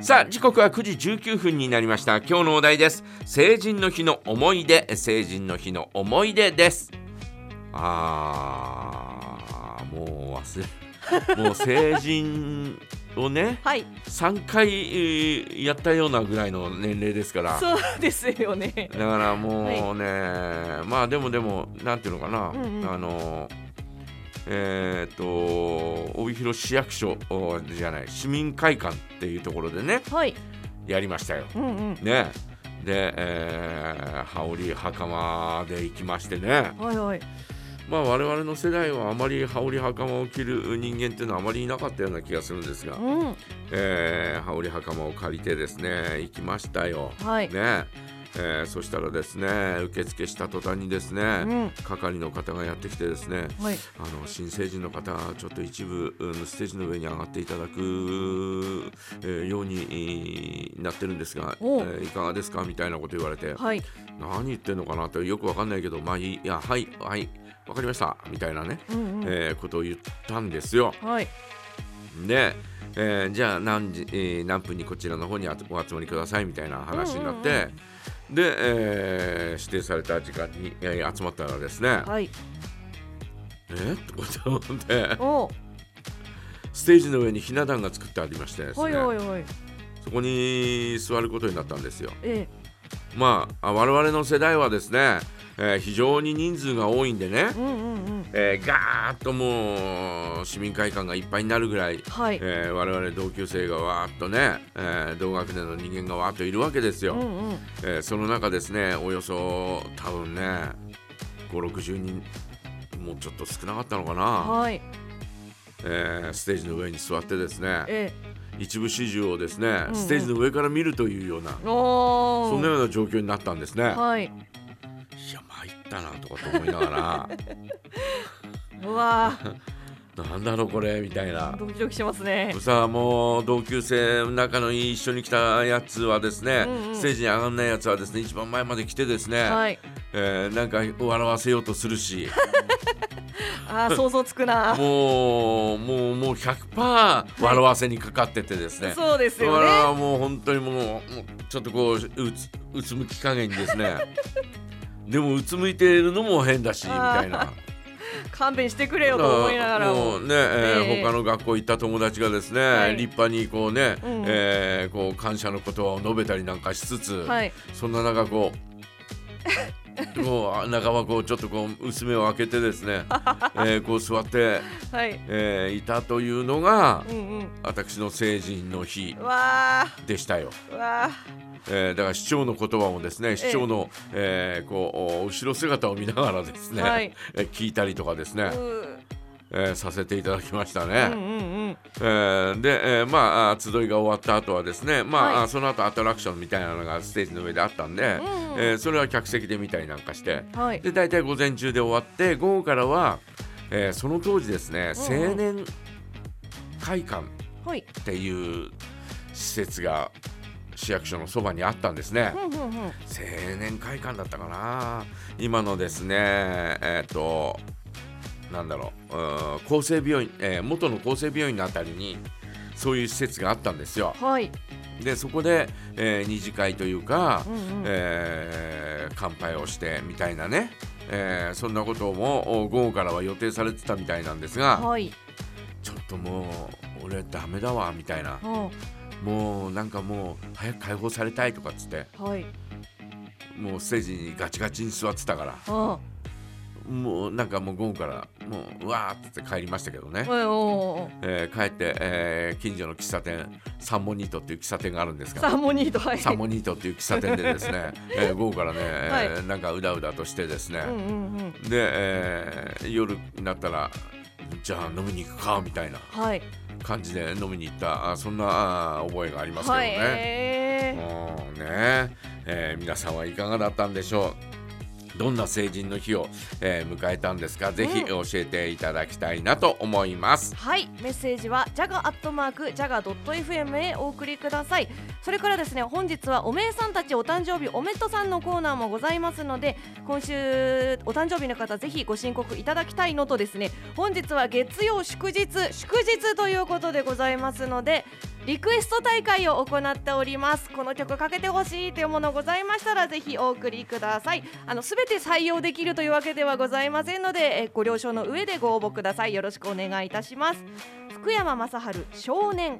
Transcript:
さあ時刻は9時19分になりました今日のお題です成人の日の思い出成人の日の思い出ですあーもう忘 れもう成人をねはい、 3回えーやったようなぐらいの年齢ですからだそうですよね。からもうね、まあでもでもなんていうのかな、うんうんあのえーっと帯広市役所おじゃない市民会館っていうところでねはい、やりましたよ。うんうねん、で、えー、羽織袴で行きましてねはいはい、まあ我々の世代はあまり羽織袴を着る人間っていうのはあまりいなかったような気がするんですが、うん、えー、羽織袴を借りてですね行きましたよ。はい、ねえーそしたらですね受付した途端にですね、うん係の方がやってきてですねはい、あの新成人の方ちょっと一部、うんステージの上に上がっていただく、えーようにえーなってるんですが、えおうーいかがですかみたいなこと言われてはい、何言ってんのかなってよくわかんないけどまあいいいやはいはいわかりましたみたいなね、うんうん、えーことを言ったんですよ。はい、で、えーじゃあ何時、えー何分にこちらの方にあお集まりくださいみたいな話になって、うんうで、えー指定された時間に、えー集まったらですね、はい、えーってことでお、ステージの上にひな壇が作ってありましてですはね、いはいはい、そこに座ることになったんですよ。えまああ我々の世代はですね、えー非常に人数が多いんでねえ、、うんうんうん、えーガーッともう市民会館がいっぱいになるぐらいはい、えー我々同級生がわーっとね、えー同学年の人間がわーっといるわけですよ、うんうん、えーその中ですねおよそ多分ね560人もうちょっと少なかったのかな、はい、えーステージの上に座ってですねえ一部始終をですね、うんうんステージの上から見るというようなえ、おー、そんなような状況になったんですね、はいい、や参ったなとかと思いながうわ ー、 らなんだろうこれみたいなドキドキしますね。さあもう同級生仲のいい一緒に来たやつはですね、うんうんステージに上がんないやつはですね一番前まで来てですね、はい、えーなんか笑わせようとする しあ ー想像つくな。もうもうもう100%笑わせにかかっててですね、そうですよ俺ね。はもう本当にもうもうちょっとこううつうつむき加減にです ねでもうつむいているのも変だしみたいな。勘弁してくれよと思いながらももう。ね、えーええ他の学校行った友達がですね、はい立派にこうね、うんえーこう感謝の言葉を述べたりなんかしつつ、はい、そんな中こう こう仲間こうちょっとこう薄目を開けてですね、えーこう座って、はい、えーいたというのがうんうん、私の成人の日うわでしたよ。ー、うわえーだから市長の言葉もですね市長の、えーこう後ろ姿を見ながらですね、はいえー聞いたりとかですねー、、うえーさせていただきましたね。ー、うんうんうん、えーで、えーまああ集いが終わった後はですねまあ、はいあその後アトラクションみたいなのがステージの上であったんで、うんえーそれは客席で見たりなんかしてはい、で大体午前中で終わって午後からは、えーその当時ですねうんうん青年会館はい、っていう施設が市役所のそばにあったんですねうんうんうん、青年会館だったかな今のですねえっ、となんだろううーん厚生病院、えー元の厚生病院のあたりにそういう施設があったんですよはい、でそこで、えー二次会というか、うんうんえー乾杯をしてみたいなね、えーそんなこともお午後からは予定されてたみたいなんですがはい、ちょっともう俺ダメだわみたいなうんもうなんかもう早く解放されたいとかっつってはい、もうステージにガチガチに座ってたからうん。もうなんかもう午後からもううわーって帰りましたけどね、おいおえー帰って、えー近所の喫茶店サンモニートっていう喫茶店があるんですいサがーモニーとはいサンモニートっていう喫茶店でですね、 えー午後からね、えーはなんかうだうだとしてですね、うんうんうんで、えー夜になったらじゃあ飲みに行くかみたいなはい感じで飲みに行ったあそんなあー覚えがありますけどはいね。えうんねえー皆さんはいかがだったんでしょうどんな成人の日を、えー迎えたんですかぜひ教えていただきたいなと思いますー、はいメッセージは jaga.jaga.fm へお送りくださいそれからですね本日はおめえさんたちお誕生日おめっとさんのコーナーもございますので今週お誕生日の方ぜひご申告いただきたいのとですね本日は月曜祝日祝日ということでございますのでリクエスト大会を行っておりますこの曲かけてほしいというものございましたらぜひお送りくださいあのすべて採用できるというわけではございませんのでえご了承の上でご応募くださいよろしくお願いいたします福山雅治少年